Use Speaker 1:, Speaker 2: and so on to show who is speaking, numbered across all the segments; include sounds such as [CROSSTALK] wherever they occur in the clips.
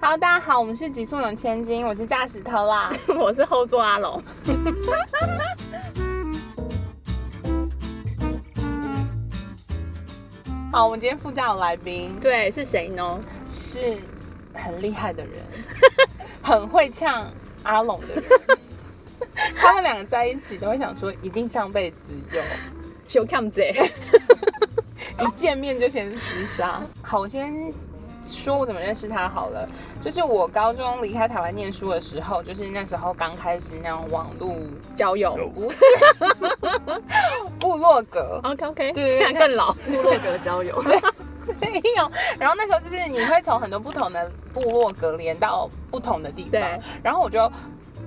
Speaker 1: Hello，大家好，我们是极速有千金，我是驾驶特啦，
Speaker 2: [LAUGHS] 我是后座阿龙。
Speaker 1: 好，我们今天副驾有来宾，
Speaker 2: 对，是谁呢？
Speaker 1: 是很厉害的人，很会呛阿龙的人。他们两个在一起都会想说，一定上辈子有，
Speaker 2: 小 cam 姐。 [LAUGHS]
Speaker 1: 一见面就先厮杀。好，我先说我怎么认识他好了。就是我高中离开台湾念书的时候，就是那时候刚开始那种网络，
Speaker 2: 交友。
Speaker 1: 不是部落格，
Speaker 2: OK OK，
Speaker 1: 对
Speaker 2: 这样更老。
Speaker 3: 部落格交友，
Speaker 1: 没有。然后那时候就是你会从很多不同的部落格连到不同的地方，
Speaker 2: 对
Speaker 1: 然后我就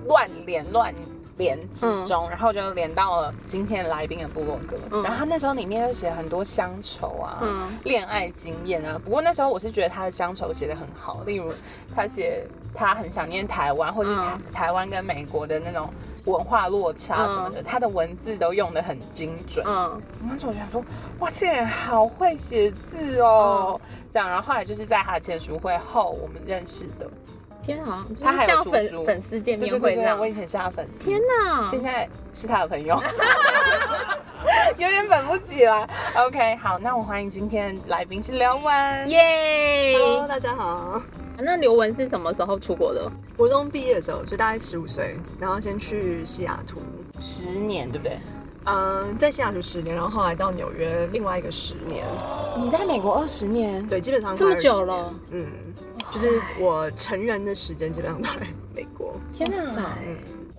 Speaker 1: 乱连乱。连之中，然后就连到了今天来宾的部落格。
Speaker 2: 嗯
Speaker 1: 然后他那时候里面就写很多乡愁啊、
Speaker 2: 嗯
Speaker 1: 恋爱经验啊。不过那时候我是觉得他的乡愁写的很好，例如他写他很想念台湾，或是台,、
Speaker 2: 嗯
Speaker 1: 台湾跟美国的那种文化落差什么的，他的文字都用的很精准。
Speaker 2: [LAUGHS] 嗯，
Speaker 1: 那时候我就想说，哇，这个人好会写字哦。这样，然后后来就是在他的签书会后，我们认识的。
Speaker 2: 天啊，
Speaker 1: 他还有出
Speaker 2: 像
Speaker 1: 书
Speaker 2: 粉粉丝见
Speaker 1: 对对
Speaker 2: 面会
Speaker 1: 对
Speaker 2: 这
Speaker 1: 对，
Speaker 2: 样
Speaker 1: 我。以前是他的粉丝，
Speaker 2: 天哪！
Speaker 1: 现在是他的朋友， [LAUGHS] 有点本不起来。OK，好，那我欢迎今天的来宾是刘文。
Speaker 2: 耶！
Speaker 3: Hello，大家好。
Speaker 2: 那刘雯是什么时候出国的？
Speaker 3: 国中毕业的时候，就大概十五岁，然后先去西雅图，
Speaker 1: 十年，对不对？
Speaker 3: 嗯，在西雅图十年，然后后来到纽约另外一个十年，
Speaker 1: 你在美国二十年，
Speaker 3: 对，基本上
Speaker 2: 这么
Speaker 3: 快
Speaker 2: 久
Speaker 3: 20年
Speaker 2: 了，
Speaker 3: 嗯，就是我成人的时间基本上都在美国，
Speaker 1: 天
Speaker 2: 哇塞
Speaker 1: 哪！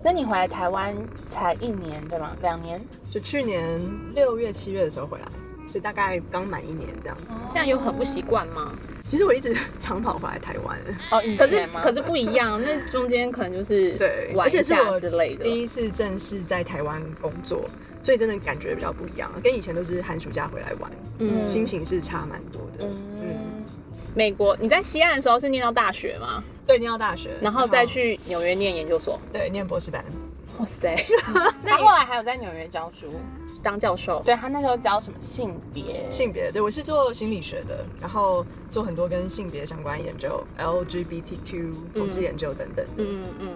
Speaker 1: 那你回来台湾才一年对吗？两年？
Speaker 3: 就去年六月七月的时候回来，所以大概刚满一年这样子。
Speaker 2: 这样有很不习惯吗？
Speaker 3: 其实我一直长跑回来台
Speaker 2: [LAUGHS]
Speaker 3: 湾，
Speaker 1: 哦，以
Speaker 2: 可是
Speaker 1: 前吗？
Speaker 2: [LAUGHS] 可是不一样，那中间可能 [LAUGHS] 就是
Speaker 3: 对，
Speaker 2: 玩
Speaker 3: 而
Speaker 2: 一
Speaker 3: 且是
Speaker 2: 下
Speaker 3: 我
Speaker 2: 之类的。
Speaker 3: 第一次正式在台湾工作，所以真的感觉比较不一样，跟以前都是寒暑假回来玩，
Speaker 2: 嗯，
Speaker 3: 心情是差蛮多的。嗯，
Speaker 1: 嗯，
Speaker 2: 美国，你在西岸的时候是念到大学吗？
Speaker 3: 对，念到大学，
Speaker 2: 然后再去纽约念研究所？
Speaker 3: 对念博士班，
Speaker 2: 哇塞，
Speaker 1: 他后来还有在纽约教书。
Speaker 2: [LAUGHS] 当教授。
Speaker 1: 对他那时候教什么性别，
Speaker 3: 性别对我是做心理学的，然后做很多跟性别相关研究，LGBTQ 同志研究等等的。
Speaker 2: 嗯嗯，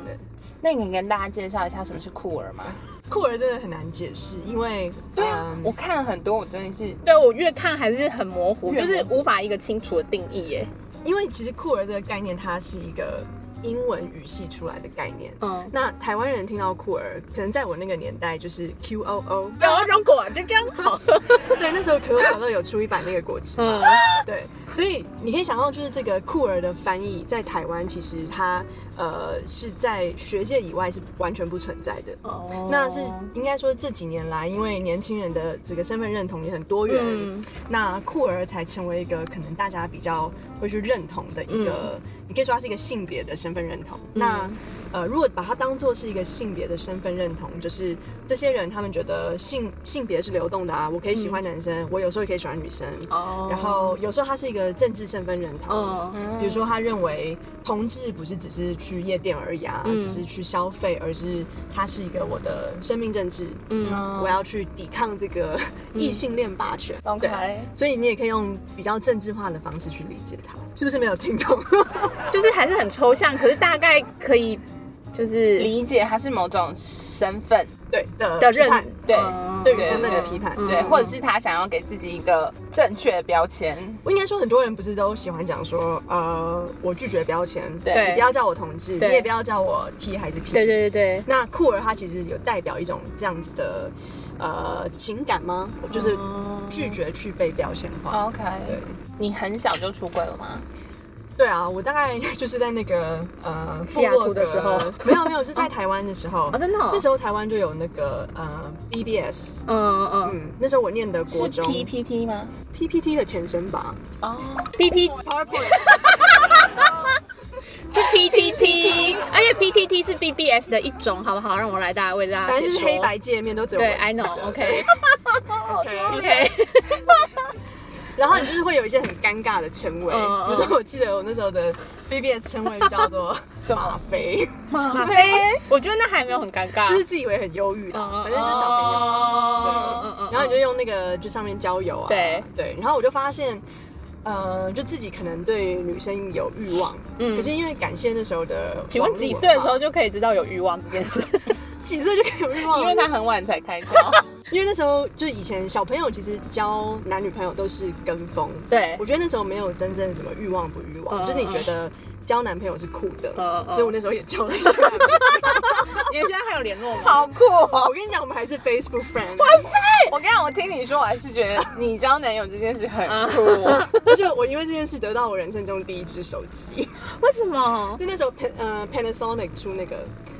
Speaker 1: 那你可以跟大家介绍一下什么是酷儿吗？
Speaker 3: 酷儿真的很难解释，因为
Speaker 1: 对啊
Speaker 3: 嗯，
Speaker 1: 我看了很多，我真的是
Speaker 2: 对我越看还是很模糊，
Speaker 1: 越
Speaker 2: 就
Speaker 1: 模糊
Speaker 2: 是无法一个清楚的定义耶。
Speaker 3: 因为其实酷儿这个概念，它是一个英文语系出来的概念。
Speaker 2: 嗯，
Speaker 3: 那台湾人听到酷儿，可能在我那个年代就是 Q O O， [LAUGHS]
Speaker 2: 有种果汁真好。
Speaker 3: 对，那时候可口可乐有出一版那个果汁，
Speaker 2: 嗯
Speaker 3: 对，所以你可以想到，就是这个酷儿的翻译在台湾其实它呃是在学界以外是完全不存在的。
Speaker 2: 哦
Speaker 3: 那是应该说这几年来，因为年轻人的这个身份认同也很多元，
Speaker 2: 嗯
Speaker 3: 那酷儿才成为一个可能大家比较会去认同的一个，
Speaker 2: 嗯
Speaker 3: 你可以说它是一个性别的身份认同。那呃，如果把它当做是一个性别的身份认同，就是这些人他们觉得性性别是流动的啊，我可以喜欢男生，我有时候也可以喜欢女生，
Speaker 2: 嗯哦
Speaker 3: 然后有时候它是一个政治身份认同。
Speaker 2: 嗯
Speaker 3: 比如说，他认为同志不是只是去夜店而已啊，
Speaker 2: 嗯
Speaker 3: 只是去消费，而是它是一个我的生命政治，
Speaker 2: 嗯嗯
Speaker 3: 我要去抵抗这个异性恋霸权。对
Speaker 1: OK，
Speaker 3: 所以你也可以用比较政治化的方式去理解它，是不是没有听懂？ [LAUGHS]
Speaker 2: 就是还是很抽象，可是大概可以就是
Speaker 1: 理解他是某种身份，
Speaker 3: 对的
Speaker 2: 的
Speaker 3: 批
Speaker 2: 认
Speaker 3: 判
Speaker 1: 对
Speaker 2: 嗯
Speaker 3: 对于身份的批判，
Speaker 2: 嗯
Speaker 1: 对，或者是他想要给自己一个正确的标签，
Speaker 3: 我应该说很多人不是都喜欢讲说，呃，我拒绝标签，
Speaker 1: 对
Speaker 3: 你不要叫我同志，你
Speaker 2: 对
Speaker 3: 也不要叫我 T 还是 P，
Speaker 2: 对对对对，
Speaker 3: 那酷儿它其实有代表一种这样子的呃情感吗？就是
Speaker 2: 哦
Speaker 3: 拒绝去被标签化。
Speaker 1: OK，
Speaker 3: 对
Speaker 1: 你很小就出柜了吗？
Speaker 3: 对啊，我大概 [LAUGHS] 就是在那个呃
Speaker 2: 西雅图的时候，
Speaker 3: 部落格没有没有，就在台湾的时候
Speaker 2: 哦，真的哦，
Speaker 3: 那时候台湾就有那个呃 BBS，
Speaker 2: 嗯嗯嗯
Speaker 3: 嗯，那时候我念的国
Speaker 1: 是
Speaker 3: 中
Speaker 1: PPT 吗？
Speaker 3: PPT 的前身吧
Speaker 1: 哦，
Speaker 2: ，P P
Speaker 3: ，PowerPoint
Speaker 2: 是 P T T，而且 P T T 是 B B S 的一种，好不好？让我来大家为大家
Speaker 3: [LAUGHS] 反正就
Speaker 2: 解
Speaker 3: 是
Speaker 2: 说
Speaker 3: 黑白界面都只有
Speaker 2: 对
Speaker 3: 文字
Speaker 2: ，I know
Speaker 3: 的 [LAUGHS]
Speaker 2: OK
Speaker 3: OK
Speaker 2: OK，
Speaker 3: 然后你就是会有一些很尴尬的称谓，
Speaker 2: 嗯嗯
Speaker 3: 比如说我记得我那时候的 BBS 称谓就
Speaker 2: [LAUGHS]
Speaker 3: 叫做马飞，
Speaker 1: 马
Speaker 2: 飞，我觉得那还没有很尴尬，嗯
Speaker 3: 就是自以为很忧郁啦，反正就是小朋友。
Speaker 2: 友
Speaker 3: 然后你就用那个就上面交友啊，
Speaker 2: 嗯对
Speaker 3: 对，然后我就发现，呃，就自己可能对女生有欲望，
Speaker 2: 嗯
Speaker 3: 可是因为感谢那时候的，啊
Speaker 2: 请问几岁的时候？就可以知道有欲望这件 [LAUGHS] 事？
Speaker 3: 几岁就可以有欲望
Speaker 1: 因为
Speaker 3: 了？
Speaker 1: 他很晚才开窍，
Speaker 3: 因为那时候就以前小朋友其实交男女朋友都是跟风，
Speaker 2: 对
Speaker 3: 我觉得那时候没有真正什么欲望不欲望，
Speaker 2: 嗯
Speaker 3: 就是你觉得交男朋友是酷的，
Speaker 2: 嗯嗯
Speaker 3: 所以我那时候也交了一个 [LAUGHS] 男朋友。
Speaker 2: 你们现在还有联络吗？
Speaker 1: 好酷哦！
Speaker 3: 我跟你讲，我们还是 Facebook friend，
Speaker 1: 我刚刚我听你说，我还是觉得你交男友这件事很酷。
Speaker 3: 而且我因为这件事得到我人生中第一只手机，
Speaker 2: [LAUGHS] 为什么？
Speaker 3: 就那时候 Pan 呃 Panasonic 出那个，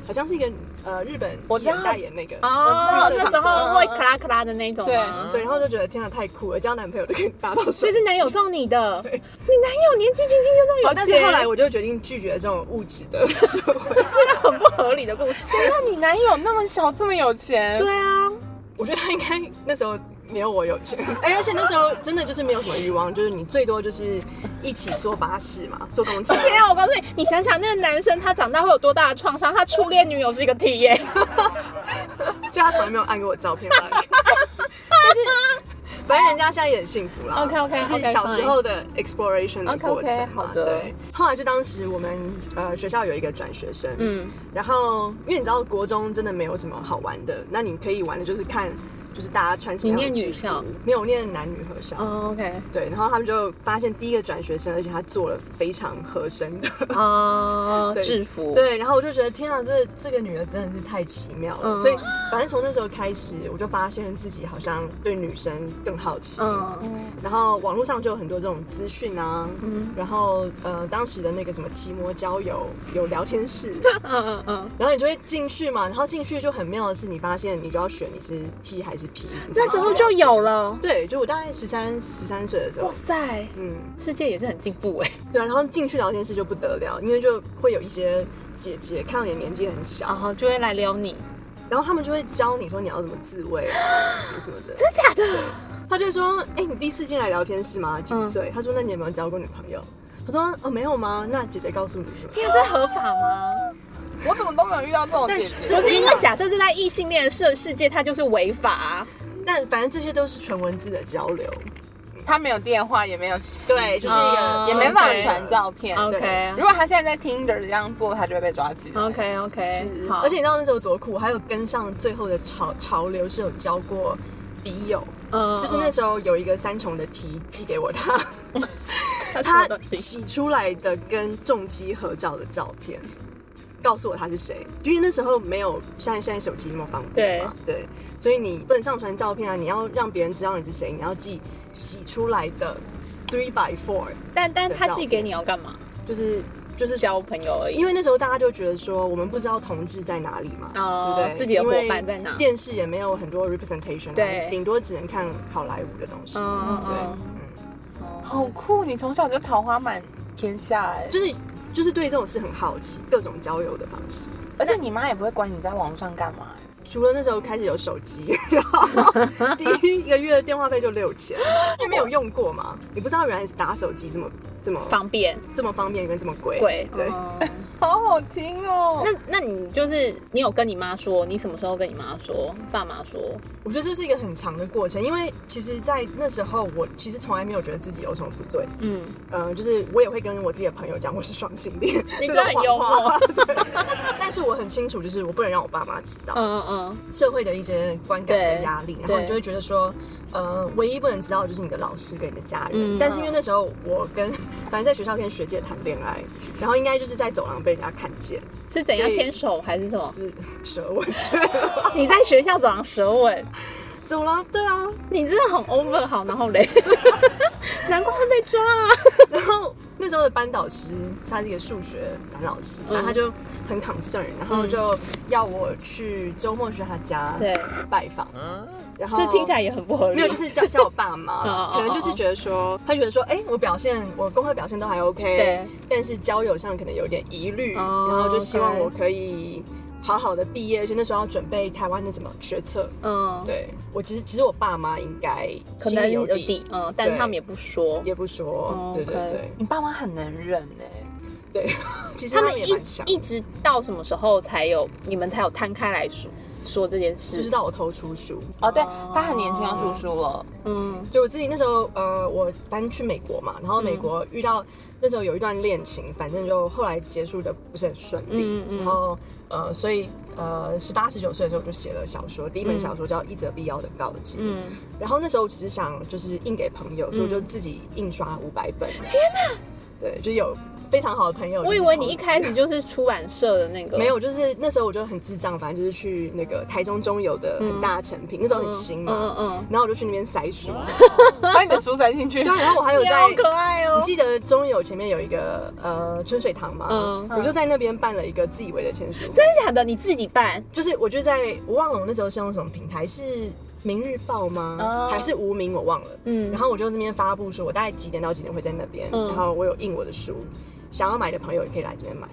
Speaker 3: 好像是一个呃日本
Speaker 1: 我知道
Speaker 3: 人代言那个。
Speaker 2: 哦，
Speaker 1: 我知
Speaker 2: 那
Speaker 1: 道
Speaker 2: 时候会咔啦咔啦的那种吗？
Speaker 3: 对，然后就觉得天啊太酷了，交男朋友都可以拿到手机。
Speaker 2: 所以是男友送你的，你
Speaker 3: 对
Speaker 2: 男友年纪轻轻就这么有
Speaker 3: 哦
Speaker 2: 钱，
Speaker 3: 但是后
Speaker 2: [LAUGHS]
Speaker 3: 来我就决定拒绝这种物质的社会。
Speaker 2: 真的很不合理的故事。
Speaker 1: 那啊你男友那么小，这么有钱，
Speaker 2: 对啊，
Speaker 3: 我觉得他应该那时候没有我有钱，哎、而且那时候真的就是没有什么欲望，就是你最多就是一起坐巴士嘛，坐
Speaker 2: [LAUGHS]
Speaker 3: 公车。
Speaker 2: 天啊！我告诉你，你想想那个男生他长大会有多大的创伤？他初恋女友是一个 T 耶，
Speaker 3: 就他从来没有按过我照片 [LAUGHS] 发给我但是反正人家现在也很幸福啦。
Speaker 2: OK，OK，
Speaker 3: 就是
Speaker 2: OK，
Speaker 3: 小时候的 exploration 的过程嘛。
Speaker 1: OK，OK，好的
Speaker 3: 对，后来就当时我们呃学校有一个转学生，
Speaker 2: 嗯
Speaker 3: 嗯，然后因为你知道国中真的没有什么好玩的，那你可以玩的就是看。就是大家穿什么样的
Speaker 2: 你念女
Speaker 3: 制服
Speaker 2: 校，
Speaker 3: 没有我念男女合校。
Speaker 2: [LAUGHS] 哦，OK，
Speaker 3: 对，然后他们就发现第一个转学生，而且他做了非常合身的
Speaker 2: 哦，
Speaker 3: 对
Speaker 2: 制服，
Speaker 3: 对，然后我就觉得天啊，这这个女的真的是太奇妙了。
Speaker 2: 嗯
Speaker 3: 所以反正从那时候开始，我就发现自己好像对女生更好奇。
Speaker 2: 嗯，
Speaker 3: 然后网络上就有很多这种资讯啊，然后呃，当时的那个什么奇摩交友有聊
Speaker 2: [LAUGHS]
Speaker 3: 天室，
Speaker 2: 嗯嗯嗯，
Speaker 3: 然后你就会进去嘛，然后进去就很妙的是，你发现你就要选你是 T 还是 P，
Speaker 2: 那时候就有了。
Speaker 3: 对，就我大概十三十三岁的时候
Speaker 2: 哇，塞，
Speaker 3: 嗯，
Speaker 2: 世界也是很进步 [LAUGHS] 哎。
Speaker 3: 对啊，然后进去聊天室就不得了，因为就会有一些姐姐看到你的年纪很小，
Speaker 2: 然后哦就会来撩你，
Speaker 3: 然后他们就会教你说你要怎么自慰 [GASPS] 啊，什么什么的。
Speaker 2: 真假的？
Speaker 3: 他就说：“哎、你第一次进来聊天室吗？几岁？”他说：“那你有没有交过女朋友？”他说：“哦，没有吗？那姐姐告诉你什么？”
Speaker 2: 天啊，这合法吗？
Speaker 1: 我怎么都没有遇到这种姐姐。
Speaker 2: 不是因为
Speaker 3: 真的
Speaker 2: 假设是在异性恋的世世界，它就是违法啊、
Speaker 3: 但反正这些都是纯文字的交流，
Speaker 1: 他没有电话，也没有信
Speaker 3: 对，就是一个
Speaker 2: 哦
Speaker 1: 也没办法
Speaker 2: 对
Speaker 1: 传照片。啊
Speaker 2: OK
Speaker 1: 如果他现在在 Tinder 这样做，他就会被抓起来。
Speaker 2: 嗯 OK OK，
Speaker 3: 是，
Speaker 2: 好，
Speaker 3: 而且你知道那时候多酷，还有跟上最后的潮潮流是有交过笔友，
Speaker 2: 嗯
Speaker 3: 就是那时候有一个三重的题寄给我他，
Speaker 2: 候
Speaker 3: 他
Speaker 2: 呃东西，
Speaker 3: 洗出来的跟重击合照的照片，告诉我他是谁，因为那时候没有像现在手机那么方便嘛，对，所以你不能上传照片啊，你要让别人知道你是谁，你要寄洗出来的 three by four，
Speaker 2: 但但他寄给你要干嘛？
Speaker 3: 就是就是
Speaker 2: 交朋友而已。
Speaker 3: 因为那时候大家就觉得说，我们不知道同志在哪里嘛，
Speaker 2: 哦
Speaker 3: 对不对？
Speaker 2: 自己的伙伴在哪
Speaker 3: 因为电视也没有很多 representation，啊
Speaker 2: 对
Speaker 3: 顶多只能看好莱坞的东西，
Speaker 2: 嗯
Speaker 3: 对，
Speaker 2: 嗯
Speaker 3: 嗯，
Speaker 1: 好酷！你从小就桃花满天下哎，
Speaker 3: 就是就是对这种事很好奇，各种交友的方式。
Speaker 1: 而且你妈也不会管你在网络上干嘛哎。
Speaker 3: 除了那时候开始有手机， [LAUGHS] 然后第一个月的电话费就六
Speaker 2: [LAUGHS]
Speaker 3: 千，因为没有用过嘛，你不知道原来是打手机这么这么
Speaker 2: 方便
Speaker 3: 这么方便跟这么贵。
Speaker 2: 贵。
Speaker 3: 对，
Speaker 2: 嗯
Speaker 1: 好好听哦。
Speaker 2: 那 [LAUGHS] 那你就是你有跟你妈说，你什么时候跟你妈说？爸妈说，
Speaker 3: 我觉得这是一个很长的过程，因为其实，在那时候我其实从来没有觉得自己有什么不对，
Speaker 2: 嗯，
Speaker 3: 嗯、就是我也会跟我自己的朋友讲我是双性恋，
Speaker 2: 你真
Speaker 3: 这种
Speaker 2: 的很幽
Speaker 3: 谎话
Speaker 2: 默。。
Speaker 3: 但是我很清楚，就是我不能让我爸妈知道、
Speaker 2: 嗯嗯
Speaker 3: 社会的一些观感
Speaker 2: 对
Speaker 3: 跟压力，然后
Speaker 2: 对
Speaker 3: 你就会觉得说，呃，唯一不能知道就是你的老师跟你的家人。
Speaker 2: 嗯
Speaker 3: 但是因为那时候我跟 [LAUGHS] 反正在学校跟学姐谈恋爱，然后应该就是在走廊被人家看见，
Speaker 2: 嗯，是怎样
Speaker 3: 所以
Speaker 2: 牵手还是什么？哦
Speaker 3: 就是舌吻之
Speaker 2: [LAUGHS]
Speaker 3: 类的。
Speaker 2: 你在学校早上舌吻，
Speaker 3: 走廊对啊，
Speaker 2: 你真的很 over 好，然后嘞， [LAUGHS] 难怪会被抓啊！
Speaker 3: 然后那时候的班导师，他是一个数学男老师，
Speaker 2: 嗯
Speaker 3: 然后他就很 concern，然后就要我去周末去他家
Speaker 2: 对，
Speaker 3: 拜访，然后
Speaker 2: 这听起来也很不合理。，
Speaker 3: 没有，就是叫叫我爸
Speaker 2: [LAUGHS]
Speaker 3: 妈可能就是觉得说，他觉得说，哎、我表现我功课表现都还 OK，
Speaker 2: 对，
Speaker 3: 但是交友上可能有点疑虑，
Speaker 2: 哦
Speaker 3: 然后就希望
Speaker 2: OK
Speaker 3: 我可以好好的毕业，而且那时候要准备台湾的什么学测，
Speaker 2: 嗯，
Speaker 3: 对我其实其实我爸妈应该
Speaker 2: 可
Speaker 3: 心
Speaker 2: 能
Speaker 3: 里
Speaker 2: 有
Speaker 3: 底，
Speaker 2: 底，嗯，但
Speaker 3: 对
Speaker 2: 他们也不说。
Speaker 3: 也不说，
Speaker 2: 哦
Speaker 3: 对对
Speaker 2: OK
Speaker 3: 对
Speaker 1: 你爸妈很能忍哎。
Speaker 3: 对，其实 [LAUGHS]
Speaker 2: 他
Speaker 3: 他
Speaker 2: 们
Speaker 3: 们也
Speaker 2: 一
Speaker 3: 蛮强的，
Speaker 2: 一直到什么时候才有你们才有摊开来说说这件事，
Speaker 3: 就是到我偷出书。
Speaker 1: 哦，对他很年轻就出书了，
Speaker 2: 嗯
Speaker 3: 就我自己那时候，呃，我搬去美国嘛，然后美国遇到、那时候有一段恋情，反正就后来结束的不是很顺利，
Speaker 2: 嗯嗯
Speaker 3: 然后呃，所以呃，十八十九岁的时候我就写了小说，第一本小说叫《一则必要的告急》，
Speaker 2: 嗯，
Speaker 3: 然后那时候只是想就是印给朋友，所以我就自己印刷五百本。天哪！对，就是有非常好的朋友。
Speaker 2: 我以
Speaker 3: 就是
Speaker 2: 为你
Speaker 3: 投
Speaker 2: 一
Speaker 3: 资
Speaker 2: 开始就是出版社的那个，
Speaker 3: 没有，就是那时候我就很智障，反正就是去那个台中中友的很大的成品，那时候很新嘛，
Speaker 2: 嗯嗯
Speaker 3: 然后我就去那边塞书。
Speaker 1: 把你的书塞进去。
Speaker 3: 对，啊然后我还有
Speaker 2: 嗯，你
Speaker 3: 在
Speaker 2: 好可爱哦
Speaker 3: 你，记得中友前面有一个呃春水堂吗？
Speaker 2: 嗯
Speaker 3: 我就在那边办了一个自以为的签书会，
Speaker 2: 真的假的？你自己办？
Speaker 3: 就是我就在我忘了我那时候是用什么平台，是《明日报》吗？
Speaker 1: 哦
Speaker 3: 还是无名？我忘了。
Speaker 2: 嗯
Speaker 3: 然后我就那边发布说，我大概几点到几点会在那边，
Speaker 2: 嗯
Speaker 3: 然后我有印我的书，想要买的朋友也可以来这边买。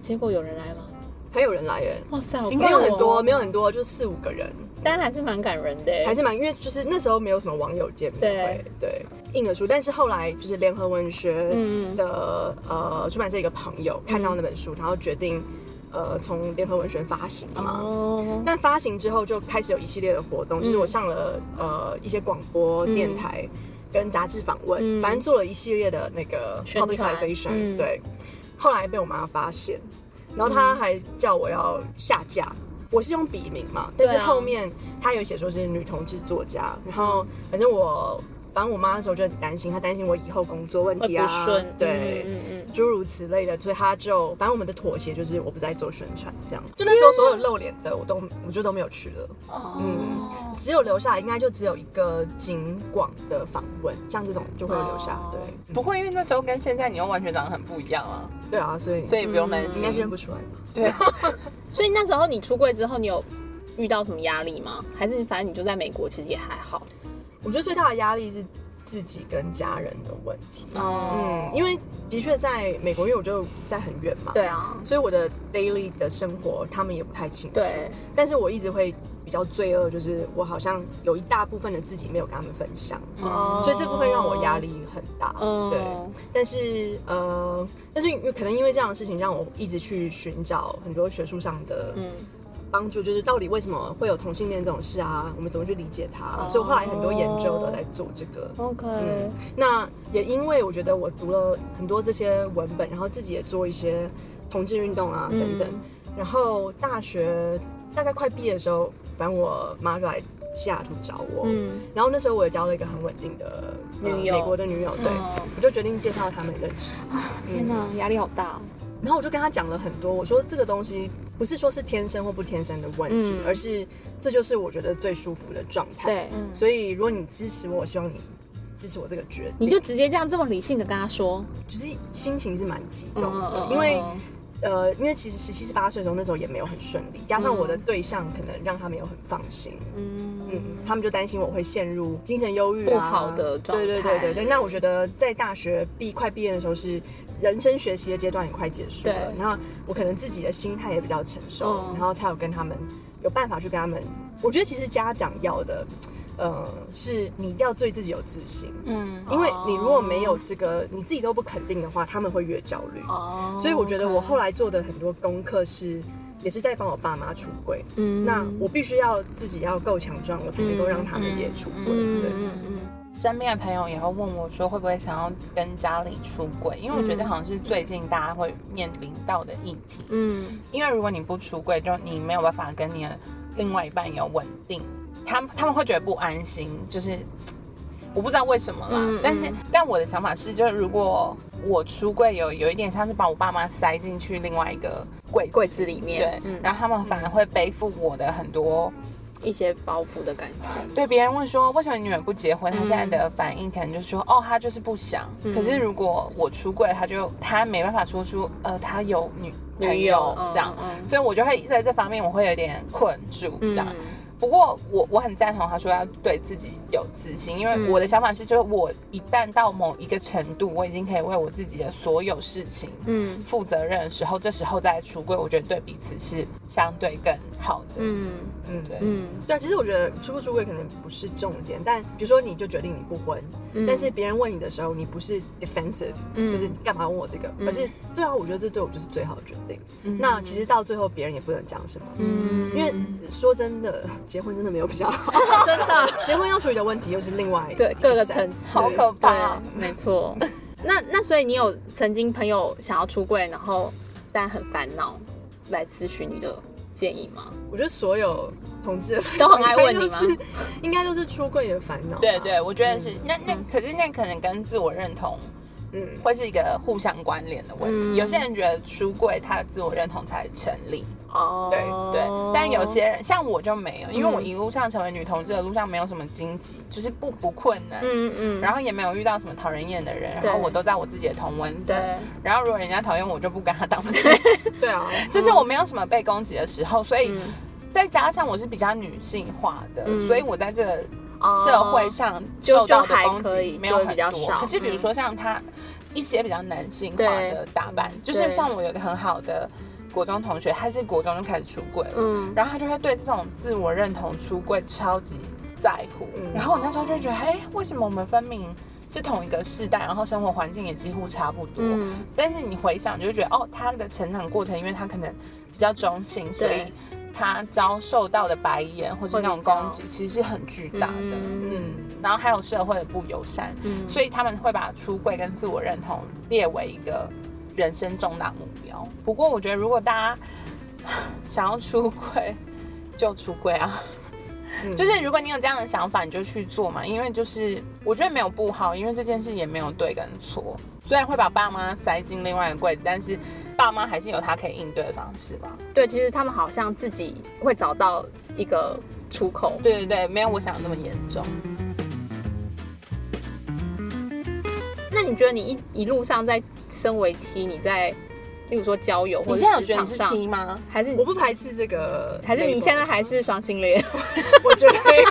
Speaker 2: 结果有人来吗？
Speaker 3: 还有人来耶，
Speaker 2: 哇塞，好
Speaker 1: 应
Speaker 3: 没
Speaker 1: 该
Speaker 2: 棒
Speaker 3: 有
Speaker 2: 哦
Speaker 3: 很多，，没有很多，就四五个人，
Speaker 2: 但还是蛮感人的耶，
Speaker 3: 还是蛮，因为就是那时候没有什么网友见面会，对，印了书，但是后来就是联合文学
Speaker 2: 嗯
Speaker 3: 的、呃出版社一个朋友看到那本书，然后决定呃从联合文学发行嘛。
Speaker 2: 哦，
Speaker 3: 但发行之后就开始有一系列的活动，
Speaker 2: 嗯
Speaker 3: 就是我上了呃一些广播电台跟杂志访问，
Speaker 2: 嗯
Speaker 3: 反正做了一系列的那个
Speaker 2: 宣传
Speaker 3: publicization，、
Speaker 2: 嗯
Speaker 3: 对。后来被我妈发现，然后她还叫我要下架。我是用笔名嘛，但是
Speaker 2: 对啊
Speaker 3: 后面她有写说是女同志作家，
Speaker 2: 嗯
Speaker 3: 然后反正我，反正我妈那时候就很担心，她担心我以后工作问
Speaker 2: 会
Speaker 3: 题啊
Speaker 2: 不顺，，
Speaker 3: 对，
Speaker 2: 嗯嗯
Speaker 3: 诸如此类的，所以他就反正我们的妥协就是我不再做宣传，这样。就那时候所有露脸的我都我就都没有去了，
Speaker 1: 嗯，
Speaker 3: 只有留下来应该就只有一个景广的访问，像这种就会留下。
Speaker 2: 哦
Speaker 3: 对
Speaker 1: 不过因为那时候跟现在你又完全长得很不一样啊，
Speaker 3: 对啊，所以
Speaker 1: 所以不用担
Speaker 3: 应该是认
Speaker 1: 心。
Speaker 3: 不出来吧。
Speaker 1: 对，
Speaker 2: 嗯。所以那时候你出柜之后，你有遇到什么压力吗？还是反正你就在美国，其实也还好。
Speaker 3: 我觉得最大的压力是自己跟家人的问题。
Speaker 2: 哦，
Speaker 3: 嗯，因为的确在美国，因为我就在很远嘛，，
Speaker 2: 对啊，
Speaker 3: 所以我的 daily 的生活他们也不太清楚。
Speaker 2: 对，
Speaker 3: 但是我一直会比较罪恶，就是我好像有一大部分的自己没有跟他们分享。
Speaker 1: 嗯
Speaker 2: 哦
Speaker 3: 所以这部分让我压。力很大。
Speaker 2: 嗯
Speaker 3: 对，但是呃，但是因为可能因为这样的事情，让我一直去寻找很多学术上的
Speaker 2: 嗯，
Speaker 3: 帮助，就是到底为什么会有同性恋这种事啊？我们怎么去理解
Speaker 2: 哦
Speaker 3: 它？所以我后来很多研究都在做这个。
Speaker 2: OK，
Speaker 3: 嗯，那也因为我觉得我读了很多这些文本，然后自己也做一些同志运动啊
Speaker 2: 嗯
Speaker 3: 等等，然后大学大概快毕业的时候，反正我妈就来西雅图找我，
Speaker 2: 嗯，
Speaker 3: 然后那时候我也交了一个很稳定的、呃
Speaker 2: 女友
Speaker 3: 美国的女友，对，
Speaker 2: 嗯啊
Speaker 3: 我就决定介绍他们认识。嗯
Speaker 2: 天哪，压力好大。
Speaker 3: 然后我就跟他讲了很多，我说这个东西不是说是天生或不天生的问题，
Speaker 2: 嗯
Speaker 3: 而是这就是我觉得最舒服的状态。，
Speaker 2: 对，
Speaker 1: 嗯
Speaker 3: 所以如果你支持我，我希望你支持我这个决
Speaker 2: 你
Speaker 3: 定。
Speaker 2: 就直接这样这么理性的跟他说，
Speaker 3: 只是心情是蛮激动
Speaker 2: 嗯
Speaker 3: 的，
Speaker 2: 嗯嗯
Speaker 3: 因为
Speaker 2: 嗯
Speaker 3: 呃，因为其实十七、十八岁的时候，那时候也没有很顺利，加上我的对象可能让他没有很放心，嗯，他们就担心我会陷入精神忧郁啊，
Speaker 2: 不好的状态
Speaker 3: 对对对对对。那我觉得在大学毕快毕业的时候是人生学习的阶段也快结束了，
Speaker 2: 对
Speaker 3: 然后我可能自己的心态也比较成熟，
Speaker 2: 嗯
Speaker 3: 然后才有跟他们有办法去跟他们。我觉得其实家长要的，呃，是你要对自己有自信，
Speaker 1: 嗯，
Speaker 3: 因为你如果没有这个，你自己都不肯定的话，他们会越焦虑。
Speaker 2: 哦
Speaker 3: 所以我觉得我后
Speaker 2: 来，
Speaker 3: 来做的很多功课是，也是在帮我爸妈出柜。
Speaker 2: 嗯
Speaker 3: 那我必须要自己要够强壮，我才能够让他们也出柜。
Speaker 2: 嗯
Speaker 3: 对，
Speaker 2: 嗯嗯
Speaker 1: 身边的朋友也会问我说，会不会想要跟家里出轨？因为我觉得好像是最近大家会面临到的议题。
Speaker 2: 嗯
Speaker 1: 因为如果你不出轨，就你没有办法跟你的另外一半有稳定，他们他们会觉得不安心，就是我不知道为什么啦。
Speaker 2: 嗯嗯
Speaker 1: 但是，但我的想法是，就是如果我出柜有有一点像是把我爸妈塞进去另外一个柜
Speaker 2: 柜子里面
Speaker 1: 对，
Speaker 2: 嗯
Speaker 1: 然后他们反而会背负我的很多。
Speaker 2: 嗯，一些包袱的感觉，
Speaker 1: 对别人问说为什么你们不结婚，他现
Speaker 2: 嗯
Speaker 1: 在的反应可能就说哦，他就是不想。可是如果我出柜，他就他没办法说出呃，他有女
Speaker 2: 女
Speaker 1: 朋
Speaker 2: 友
Speaker 1: 友
Speaker 2: 嗯
Speaker 1: 这样，
Speaker 2: 嗯
Speaker 1: 所以我就会在这方面我会有点困住这样。
Speaker 2: 嗯，
Speaker 1: 不过我我很赞同他说要对自己有自信，因
Speaker 2: 嗯
Speaker 1: 为我的想法是，就是我一旦到某一个程度，我已经可以为我自己的所有事情
Speaker 2: 嗯
Speaker 1: 负责任的时候，这时候再出柜，我觉得对彼此是相对更好的。
Speaker 2: 嗯
Speaker 3: 嗯，对。
Speaker 2: 嗯
Speaker 3: 对啊，其实我觉得出不出柜可能不是重点，但比如说你就决定你不婚，
Speaker 2: 嗯
Speaker 3: 但是别人问你的时候，你不是 defensive，、
Speaker 2: 嗯
Speaker 3: 就是你干嘛问我这个，而是对啊，我觉得这对我就是最好的决定。
Speaker 1: 嗯
Speaker 3: 那其实到最后别人也不能讲什么，
Speaker 2: 嗯，
Speaker 3: 因为说真的，结婚真的没有比较好，
Speaker 2: 真的。
Speaker 3: 结婚要处理的问题又是另外
Speaker 2: [LAUGHS] 对各个层
Speaker 3: 层
Speaker 2: 次，
Speaker 1: 好可怕
Speaker 2: 对，没错。 [LAUGHS] 那那所以你有曾经朋友想要出柜，然后但很烦恼，来咨询你的建议吗？
Speaker 3: 我觉得所有同志的烦
Speaker 2: 都
Speaker 3: 恼
Speaker 2: 很爱问你吗
Speaker 3: 应该就是 [LAUGHS] 应该都是出柜的烦恼吧。
Speaker 1: 对对，我觉得是、
Speaker 2: 嗯
Speaker 1: 那那可是那可能跟自我认同
Speaker 3: 嗯，
Speaker 1: 会是一个互相关联的问题。
Speaker 2: 嗯
Speaker 1: 有些人觉得出柜他的自我认同才成立，
Speaker 2: 哦，嗯
Speaker 1: 对，但有些人像我就没有，因为我一路上成为女同志的路上没有什么荆棘，就是不不困难。
Speaker 2: 嗯嗯，
Speaker 1: 然
Speaker 2: 后
Speaker 1: 后也没有遇到什么讨人厌的人，然后
Speaker 2: 对
Speaker 1: 我都在我自己的同温层。
Speaker 2: 对，
Speaker 1: 然后如果人家讨厌我，就不跟他当朋友。
Speaker 3: 对啊，
Speaker 1: 就是我没有什么被攻击的时候，所以
Speaker 2: 嗯
Speaker 1: 再加上我是比较女性化的，
Speaker 2: 嗯
Speaker 1: 所以我在这个
Speaker 2: 哦
Speaker 1: 社会上
Speaker 2: 就
Speaker 1: 受到的攻
Speaker 2: 就还可以
Speaker 1: 击没有
Speaker 2: 就
Speaker 1: 很
Speaker 2: 比较
Speaker 1: 多。
Speaker 2: 少嗯
Speaker 1: 可是比如说像他一些比较男性化的打扮，就是
Speaker 2: 对
Speaker 1: 像我有一个很好的国中同学，他是国中就开始出柜了，
Speaker 2: 嗯，
Speaker 1: 然后他就会对这种自我认同出柜超级在乎。
Speaker 3: 嗯
Speaker 1: 然后我那时候就觉得，哎、为什么我们分明是同一个世代，然后生活环境也几乎差不多，
Speaker 2: 嗯
Speaker 1: 但是你回想就会觉得，哦，他的成长过程，因为他可能比较中性，所以他遭受到的白眼或是那种攻击，其实是很巨大的。
Speaker 2: 嗯
Speaker 3: 嗯，
Speaker 1: 然后还有社会的不友善，
Speaker 2: 嗯
Speaker 1: 所以他们会把出柜跟自我认同列为一个人生重大目标。不过我觉得，如果大家想要出柜，就出柜啊。
Speaker 3: 嗯
Speaker 1: 就是如果你有这样的想法，你就去做嘛，因为就是我觉得没有不好，因为这件事也没有对跟错。虽然会把爸妈塞进另外一个柜子，但是爸妈还是有他可以应对的方式吧。
Speaker 2: 对，其实他们好像自己会找到一个出口，
Speaker 1: 对对对，没有我想的那么严重。
Speaker 2: 那你觉得你一一路上在身为 T，你在，例如说交友
Speaker 1: 你
Speaker 2: 或
Speaker 1: 现在
Speaker 2: 者
Speaker 1: 有觉得
Speaker 2: 职场
Speaker 1: 你是
Speaker 2: 上，
Speaker 1: T 吗？
Speaker 2: 还是
Speaker 3: 我不排斥这个 label，
Speaker 2: 还是你现在还是双性恋？
Speaker 3: [LAUGHS]
Speaker 1: [LAUGHS]
Speaker 3: 我绝对，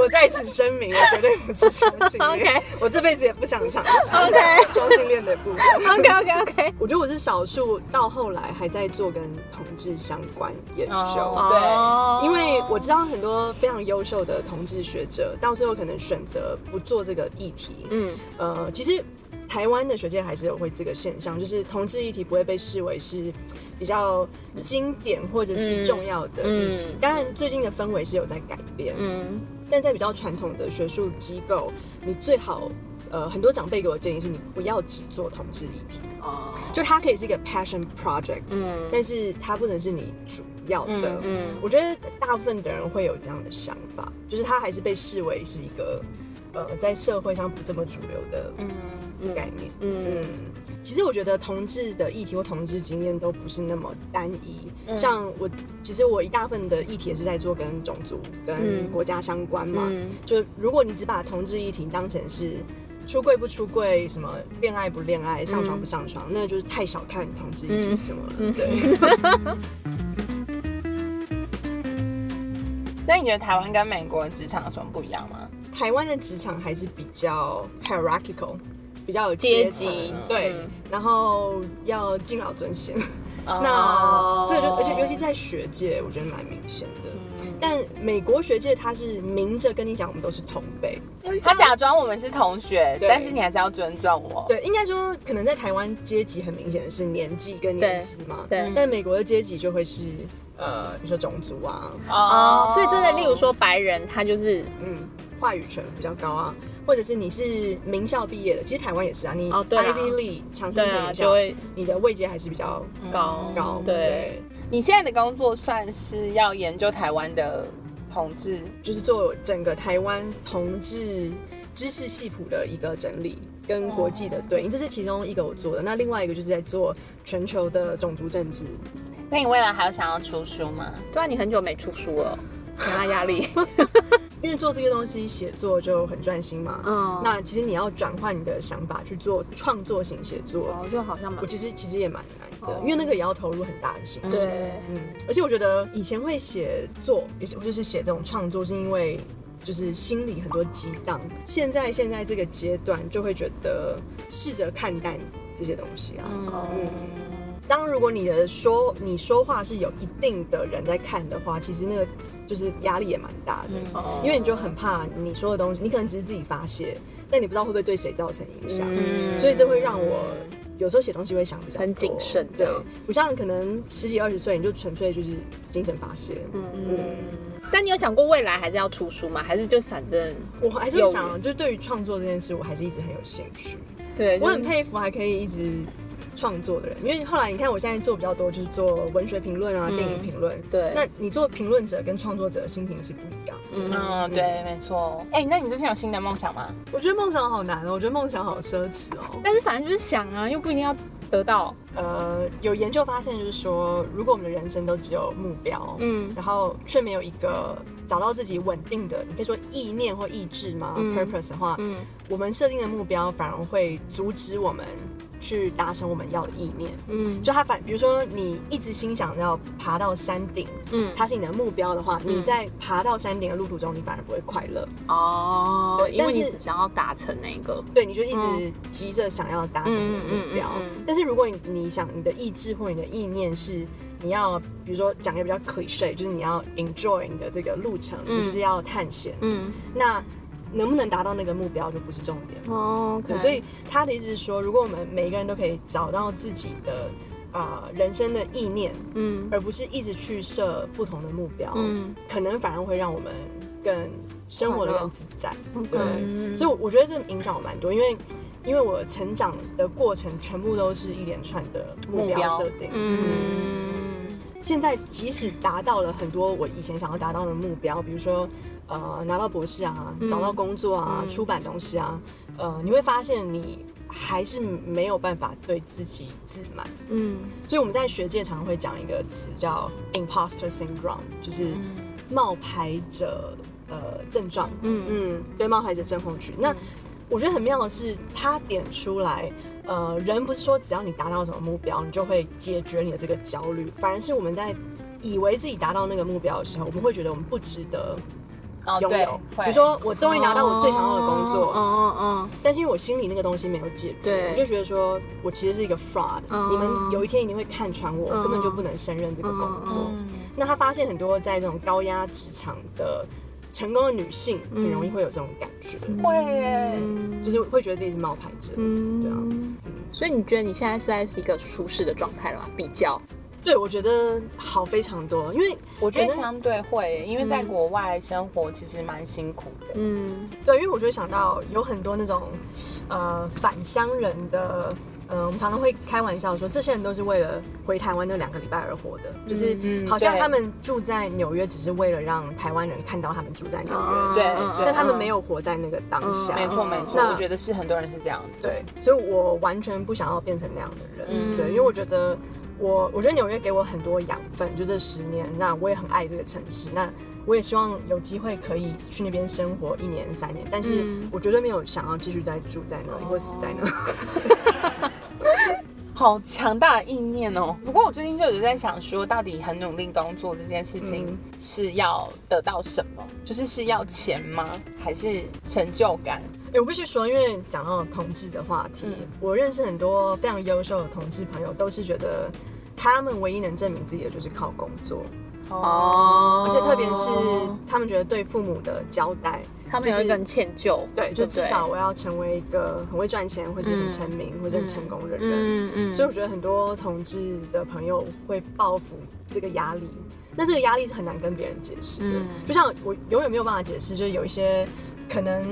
Speaker 3: 我在此声明，我绝对不是双
Speaker 2: [LAUGHS]
Speaker 3: 性恋
Speaker 2: OK
Speaker 3: 我这辈子也不想尝试
Speaker 2: OK
Speaker 3: [LAUGHS] 双性恋的部分。
Speaker 2: OK OK [LAUGHS] OK，
Speaker 3: 我觉得我是少数到后来还在做跟同志相关研究
Speaker 1: 哦对
Speaker 3: 因为我知道很多非常优秀的同志学者，到最后可能选择不做这个议题。
Speaker 2: 嗯
Speaker 3: 呃，其实台湾的学界还是有会这个现象，就是同志议题不会被视为是比较经典或者是重要的议题。
Speaker 2: 嗯嗯
Speaker 3: 当然，最近的氛围是有在改变，
Speaker 2: 嗯
Speaker 3: 但在比较传统的学术机构，你最好。呃，很多长辈给我建议是，你不要只做同志议题，
Speaker 2: 哦
Speaker 3: 就它可以是一个 passion project，、
Speaker 2: 嗯
Speaker 3: 但是它不能是你主要的。
Speaker 1: 嗯
Speaker 2: 嗯
Speaker 3: 我觉得大部分的人会有这样的想法，就是它还是被视为是一个呃在社会上不这么主流的
Speaker 1: 嗯，
Speaker 3: 概念。
Speaker 2: 嗯
Speaker 3: 嗯，其实我觉得同志的议题或同志经验都不是那么单一。
Speaker 2: 嗯
Speaker 3: 像我，其实我一大部分的议题也是在做跟种族、跟
Speaker 2: 嗯
Speaker 3: 国家相关嘛。
Speaker 2: 嗯
Speaker 3: 就如果你只把同志议题当成是出柜不出柜、什么恋爱不恋爱、上床不上
Speaker 2: 嗯
Speaker 3: 床，那就是太小看同志议题是什么了。对，
Speaker 1: 那你觉得台湾跟美国的职场有什么不一样吗？
Speaker 3: 台湾的职场还是比较 hierarchical。比较有
Speaker 2: 阶
Speaker 3: 层
Speaker 2: 级
Speaker 3: 对，
Speaker 2: 嗯
Speaker 3: 然后要敬老尊贤，
Speaker 2: 哦
Speaker 3: [LAUGHS] 那这个就，而且尤其在学界，我觉得蛮明显的。
Speaker 2: 嗯
Speaker 3: 但美国学界他是明着跟你讲，我们都是同辈。
Speaker 1: 他假装我们是同学，
Speaker 3: 对
Speaker 1: 但是你还是要尊重我。
Speaker 3: 对，应该说可能在台湾阶级很明显的是年纪跟年资嘛，
Speaker 2: 对
Speaker 3: 但美国的阶级就会是呃，比如说种族啊，
Speaker 2: 哦，所以真的，例如说白人，他就是
Speaker 3: 嗯，话语权比较高啊，或者是你是名校毕业的，其实台湾也是啊，你
Speaker 2: 哦对啦
Speaker 3: Ivy League 常青
Speaker 2: 对
Speaker 3: 藤
Speaker 2: 啊，
Speaker 3: 名
Speaker 2: 就
Speaker 3: 校，
Speaker 2: 会
Speaker 3: 你的位阶还是比较
Speaker 2: 高
Speaker 3: 高。
Speaker 2: 嗯对，
Speaker 1: 你现在的工作算是要研究台湾的统治，
Speaker 3: 就是做整个台湾同志知识系谱的一个整理，跟国际的对应，这是其中一个我做的。那另外一个就是在做全球的种族政治。
Speaker 1: 那你未来还有想要出书吗？
Speaker 2: 对啊，你很久没出书了，很大压力。
Speaker 3: 因为做这个东西写作就很专心嘛，
Speaker 2: 嗯
Speaker 3: 那其实你要转换你的想法去做创作型写作，
Speaker 2: 哦，就好像蛮
Speaker 3: 我其实其实也蛮难的，
Speaker 2: 哦
Speaker 3: 因为那个也要投入很大的心血。
Speaker 2: 对，
Speaker 3: 嗯，而且我觉得以前会写作，也是就是写这种创作，是因为就是心里很多激荡。现在现在这个阶段，就会觉得试着看淡这些东西啊。
Speaker 2: 嗯，
Speaker 3: 当然，如果你的说你说话是有一定的人在看的话，其实那个就是压力也蛮大的。
Speaker 2: 哦
Speaker 3: 因为你就很怕你说的东西，你可能只是自己发泄，但你不知道会不会对谁造成影响，
Speaker 2: 嗯
Speaker 3: 所以这会让我有时候写东西会想比较多
Speaker 2: 很谨慎这
Speaker 3: 对
Speaker 2: 样，
Speaker 3: 不像可能十几二十岁你就纯粹就是精神发泄，
Speaker 2: 嗯但你有想过未来还是要出书吗？还是就反正
Speaker 3: 我还是会
Speaker 2: 有嗯
Speaker 3: 想，哦就是对于创作这件事，我还是一直很有兴趣。
Speaker 2: 对，
Speaker 3: 我很
Speaker 2: 就是
Speaker 3: 佩服还可以一直创作的人，因为后来你看我现在做比较多就是做文学评论啊、电影评论，
Speaker 2: 嗯对
Speaker 3: 那你做评论者跟创作者的心情是不一样的。
Speaker 1: 嗯，对，没错。哎、那你最近有新的梦想吗？
Speaker 3: 我觉得梦想好难哦，我觉得梦想好奢侈哦。
Speaker 2: 但是反正就是想啊，又不一定要得到，
Speaker 3: 呃，有研究发现，就是说，如果我们的人生都只有目标，
Speaker 2: 嗯
Speaker 3: 然后却没有一个找到自己稳定的，你可以说意念或意志吗、p u r p o s e 的话，
Speaker 2: 嗯
Speaker 3: 我们设定的目标反而会阻止我们去达成我们要的意念。
Speaker 2: 嗯
Speaker 3: 就它反，比如说你一直心想要爬到山顶，
Speaker 2: 嗯，
Speaker 3: 它是你的目标的话，你在爬到山顶的路途中，你反而不会快乐。
Speaker 2: 哦，
Speaker 3: 对
Speaker 2: 因为
Speaker 3: 但
Speaker 2: 你
Speaker 3: 是
Speaker 2: 只想要达成那个，
Speaker 3: 对，你就一直急着想要达成你的目标。
Speaker 2: 嗯嗯嗯嗯嗯
Speaker 3: 但是如果你你想你的意志或你的意念是你要，比如说讲一个比较 cliche，就是你要 enjoy 你的这个路程，你就是要探险。
Speaker 2: 嗯，
Speaker 3: 那能不能达到那个目标就不是重点。
Speaker 2: 哦
Speaker 3: 嗯对，所以他的意思是说，如果我们每一个人都可以找到自己的啊、呃人生的意念，
Speaker 2: 嗯
Speaker 3: 而不是一直去设不同的目标，
Speaker 2: 嗯
Speaker 3: 可能反而会让我们更生活的
Speaker 2: 快乐
Speaker 3: 更自在。
Speaker 2: ，OK，
Speaker 3: 对，所以我觉得这影响我蛮多，因为因为我成长的过程全部都是一连串的目
Speaker 1: 目标
Speaker 3: 标设定。
Speaker 2: 嗯
Speaker 3: 现在即使达到了很多我以前想要达到的目标，比如说呃拿到博士啊，找到工作啊，出版东西啊，呃，你会发现你还是没有办法对自己自满。
Speaker 2: 嗯
Speaker 3: 所以我们在学界常会讲一个词叫 imposter syndrome，就是冒牌者呃症状。嗯对，冒牌者症候群。那、
Speaker 1: 嗯
Speaker 3: 我觉得很妙的是，他点出来，呃，人不是说只要你达到什么目标，你就会解决你的这个焦虑，反而是我们在以为自己达到那个目标的时候，我们会觉得我们不值得
Speaker 1: 哦，
Speaker 3: 拥
Speaker 1: 对
Speaker 3: 有。，
Speaker 1: 会哦
Speaker 3: 比如，说，我终于拿到我最想要的工作，
Speaker 2: 嗯嗯
Speaker 3: 但是因为我心里那个东西没有解决
Speaker 2: 对，
Speaker 3: 我就觉得说我其实是一个 fraud，、
Speaker 1: 哦
Speaker 2: 嗯
Speaker 3: 你们有一天一定会看穿我，
Speaker 2: 嗯
Speaker 3: 根本就不能胜任这个工作。
Speaker 1: 嗯
Speaker 3: 那他发现很多在这种高压职场的成功的女性，很
Speaker 1: 嗯
Speaker 3: 容易会有这种感觉，
Speaker 1: 会耶，
Speaker 2: 嗯，
Speaker 3: 就是会觉得自己是冒牌者。
Speaker 2: 嗯
Speaker 3: 对啊。
Speaker 2: 所以你觉得你现在是在是一个舒适的状态了吗？比较，
Speaker 3: 对，我觉得好非常多，因为
Speaker 1: 我觉得
Speaker 3: 可能
Speaker 1: 相对会耶，因为在国外生活其实蛮辛苦的。
Speaker 2: 嗯
Speaker 3: 对，因为我就会想到有很多那种呃返乡人的。呃，我们常常会开玩笑说，这些人都是为了回台湾那两个礼拜而活的，就是好像
Speaker 1: 嗯对
Speaker 3: 他们住在纽约，只是为了让台湾人看到他们住在纽
Speaker 2: 嗯
Speaker 3: 约，
Speaker 1: 对
Speaker 2: 嗯
Speaker 1: 对
Speaker 3: 但他们没
Speaker 2: 有，
Speaker 3: 有活在那个当下。
Speaker 1: 哦嗯没错没错，
Speaker 3: 那
Speaker 1: 我觉得是很多人是这样子。
Speaker 3: 对，所以我完全不想要变成那样的人。
Speaker 1: 嗯
Speaker 3: 对，因为我觉得我，我觉得纽约给我很多养分，就这十年，那我也很爱这个城市，那我也希望有机会可以去那边生活一年、三年，但是我绝对没有想要继续再住在那里或死在那里。 [LAUGHS]
Speaker 1: 好强大的意念哦！不过我最近就有在想说，到底很努力工作这件事
Speaker 2: 嗯
Speaker 1: 情是要得到什么？就是是要钱吗？还是成就感？
Speaker 3: 欸我必须说，因为讲到同志的话题，我认识很多非常优秀的同志朋友，都是觉得他们唯一能证明自己的就是靠工作，
Speaker 2: 哦，
Speaker 3: 而且特别是他们觉得对父母的交代，
Speaker 2: 他们有一个人歉疚，
Speaker 3: 对，就
Speaker 2: 对不
Speaker 3: 至
Speaker 2: 对
Speaker 3: 少我要成为一个很会赚钱，或是很成名，或是很成功的人。
Speaker 2: 嗯嗯，
Speaker 3: 所以我觉得很多同志的朋友会报复这个压力，那这个压力是很难跟别人解释的。
Speaker 2: 嗯
Speaker 3: 就像我永远没有办法解释，就是有一些可能。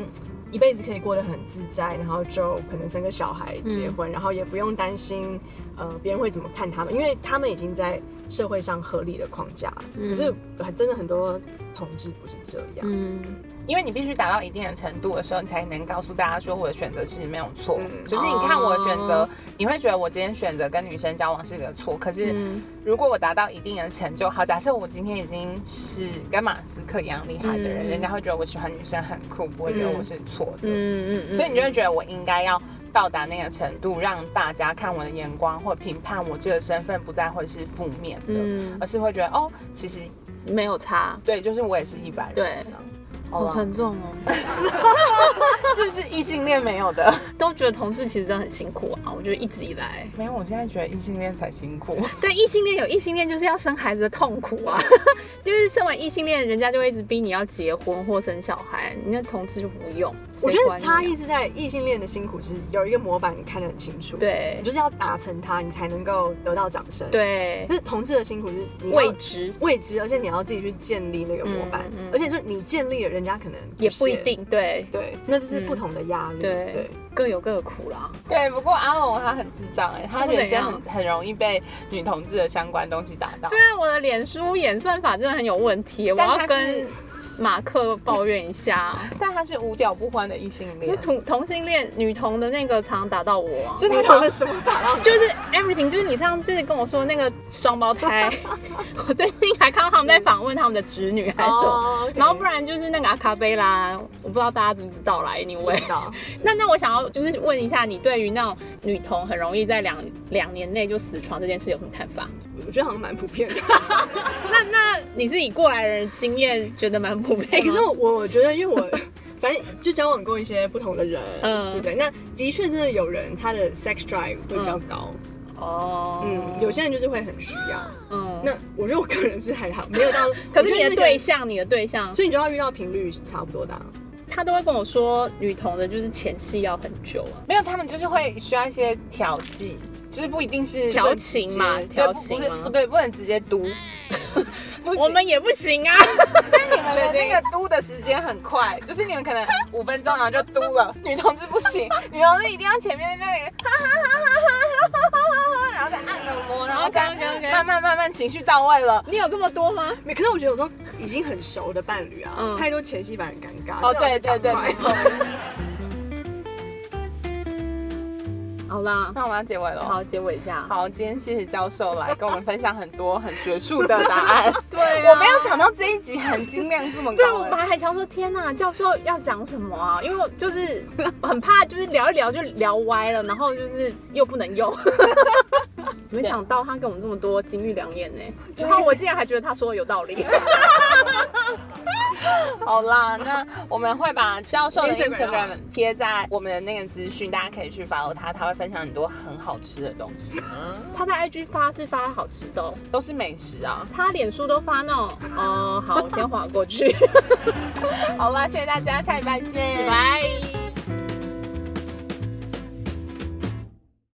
Speaker 3: 一辈子可以过得很自在，然后就可能生个小孩、结
Speaker 2: 嗯
Speaker 3: 婚，然后也不用担心，呃，别人会怎么看他们，因为他们已经在社
Speaker 2: 嗯
Speaker 3: 会上合理的框架了。可是很真的很多同志不是这样，
Speaker 2: 嗯，
Speaker 1: 因为你必须达到一定的程度的时候，你才能告诉大家说我的选择其实没有错。
Speaker 3: 嗯
Speaker 1: 就是你看我的选择，
Speaker 2: 哦
Speaker 1: 你会觉得我今天选择跟女生交往是个错，可是
Speaker 2: 嗯
Speaker 1: 如果我达到一定的成就，好，假设我今天已经是跟马斯克一样厉害的人，
Speaker 2: 嗯
Speaker 1: 人家会觉得我喜欢女生很酷，不会觉得我是错的。
Speaker 2: 嗯嗯，
Speaker 1: 所以你就会觉得我应该要到达那个程度，让大家看我的眼光或评判我这个身份不再会是负面的，
Speaker 2: 嗯
Speaker 1: 而是会觉得哦，其实
Speaker 2: 没有差，
Speaker 1: 对，就是我也是一般人，
Speaker 2: 对，
Speaker 1: 好
Speaker 2: 嗯好
Speaker 1: 啦
Speaker 2: 沉重哦。
Speaker 1: 是不是异性恋没有的？
Speaker 2: [LAUGHS]
Speaker 1: [LAUGHS]
Speaker 2: 都觉得同志其实真的很辛苦啊，我觉得一直以来，
Speaker 1: 没有，我现在觉得异性恋才辛苦。
Speaker 2: [LAUGHS]
Speaker 1: [LAUGHS]
Speaker 2: 对异性恋有异性恋就是要生孩子的痛苦 [LAUGHS] 啊，就是身为异性恋，人家就会一直逼你要结婚或生小孩，你那同志就不用。
Speaker 3: 我觉
Speaker 2: 谁
Speaker 3: 得
Speaker 2: 管你啊
Speaker 3: 差异是在异性恋的辛苦是有一个模板，你看得很清楚，，
Speaker 2: 对
Speaker 3: 你就是要达成它，你才能够得到掌声。，
Speaker 2: 对
Speaker 3: 但是同志的辛苦是你要
Speaker 2: 未知
Speaker 3: 未知，而且你要自己去建立那个模板，
Speaker 2: 嗯嗯
Speaker 3: 而且就是你建立了，人家可能
Speaker 2: 也不
Speaker 3: 屑
Speaker 2: 一。定对
Speaker 3: 对，那这是不同的压力。
Speaker 2: 对
Speaker 3: 对，
Speaker 2: 各有各的苦啦。
Speaker 1: 对，不过阿龙他很智障哎、他
Speaker 2: 他怎
Speaker 1: 人生很
Speaker 2: 样
Speaker 1: 很容易被女同志的相关东西打到。
Speaker 2: 对啊，我的脸书演算法真的很有问题，我
Speaker 1: 但
Speaker 2: 要
Speaker 1: 他是
Speaker 2: 跟马克抱怨一 [LAUGHS] 下。
Speaker 1: 但他是无屌不欢的异性
Speaker 2: 因为
Speaker 1: 恋，
Speaker 2: 同同性恋女同的那个常打到我啊、
Speaker 1: 就
Speaker 3: 他
Speaker 1: 是
Speaker 3: 用了
Speaker 1: 他
Speaker 3: 什么打到你？
Speaker 2: 就是 everything，就是你上次跟我说那个双胞 [LAUGHS] 胎，我最近还看到他们在访问他们的侄女还是什么。
Speaker 3: 哦，OK
Speaker 2: 然后不然就是那个阿卡贝拉，我不知道大家知不知道啦。Anyway，
Speaker 3: 知道
Speaker 2: 那那我想要就是问一下，你对于那种女童很容易在两两年内就死床这件事有什么看法？
Speaker 3: 我觉得好像蛮普
Speaker 2: [LAUGHS]
Speaker 3: 遍的。
Speaker 2: 那那你是以过来人的经验觉得蛮普遍、
Speaker 3: 哎、可是我我我觉得，因为我 [LAUGHS] 反正就交往过一些不同的人，
Speaker 2: 嗯嗯
Speaker 3: 对不对？那的确真的有人他的 sex drive 会比较高，
Speaker 2: 哦，
Speaker 3: 嗯，有些人就是会很需要。
Speaker 2: 嗯，
Speaker 3: 那我觉得我个人是还好，没有 [LAUGHS] 到。
Speaker 2: 可是你
Speaker 3: 我觉得
Speaker 2: 的
Speaker 3: 个
Speaker 2: 对，象，你的对象，
Speaker 3: 所以你就要遇到频率差不多的、啊。
Speaker 2: 他都会跟我说，女同的就是前戏要很久啊，
Speaker 1: 没有，他们就是会需要一些调剂，就是不一定是
Speaker 2: 调情嘛
Speaker 1: 对，
Speaker 2: 调
Speaker 1: 不
Speaker 2: 情
Speaker 1: 不是
Speaker 2: 吗
Speaker 1: 不对，不能直接嘟。不行
Speaker 2: 我们也不行啊。
Speaker 1: 你们的那个嘟的时间很快，就是你们可能五分钟然后就嘟了。女同志不行，女同志一定要前面那里哈哈哈哈哈哈哈哈，然后再按个摩，然后再
Speaker 2: OK，OK，OK
Speaker 1: 慢慢慢慢情绪到位了。
Speaker 2: 你有这么多吗？
Speaker 3: 没可是我觉得有时候已经很熟的伴侣啊，
Speaker 2: 嗯
Speaker 3: 太多前戏反而很尴尬。
Speaker 1: 哦，
Speaker 3: 最好
Speaker 1: 对
Speaker 3: 是
Speaker 1: 对对，
Speaker 3: 赶快
Speaker 1: 没错。
Speaker 2: 好啦，
Speaker 1: 那我们要结尾了。
Speaker 2: 好，结尾一下。，
Speaker 1: 好，今天谢谢教授来跟我们分享很多很学术的答案。
Speaker 2: 对啊
Speaker 1: 我没有想到这一集含金量这么
Speaker 2: 对，我
Speaker 1: 高、
Speaker 2: 本来还想说，天呐，教授要讲什么啊？因为我就是 [LAUGHS] 很怕，就是聊一聊就聊歪了，然后就是又不能用。 [LAUGHS] 没想到他给我们这么多金玉良言呢、然后我竟然还觉得他说的有道理。
Speaker 1: 好啦，那我们会把教授的
Speaker 3: Instagram
Speaker 1: Instagram 啊贴在我们的那个资讯，大家可以去 follow 他，他会分享很多很好吃的东西，
Speaker 2: 他在 IG 发是发好吃的、哦，
Speaker 1: 都是美食啊。
Speaker 2: 他脸书都发那种哦，好，我先划过去，
Speaker 1: 好啦，谢谢大家，下礼拜见，
Speaker 2: 拜。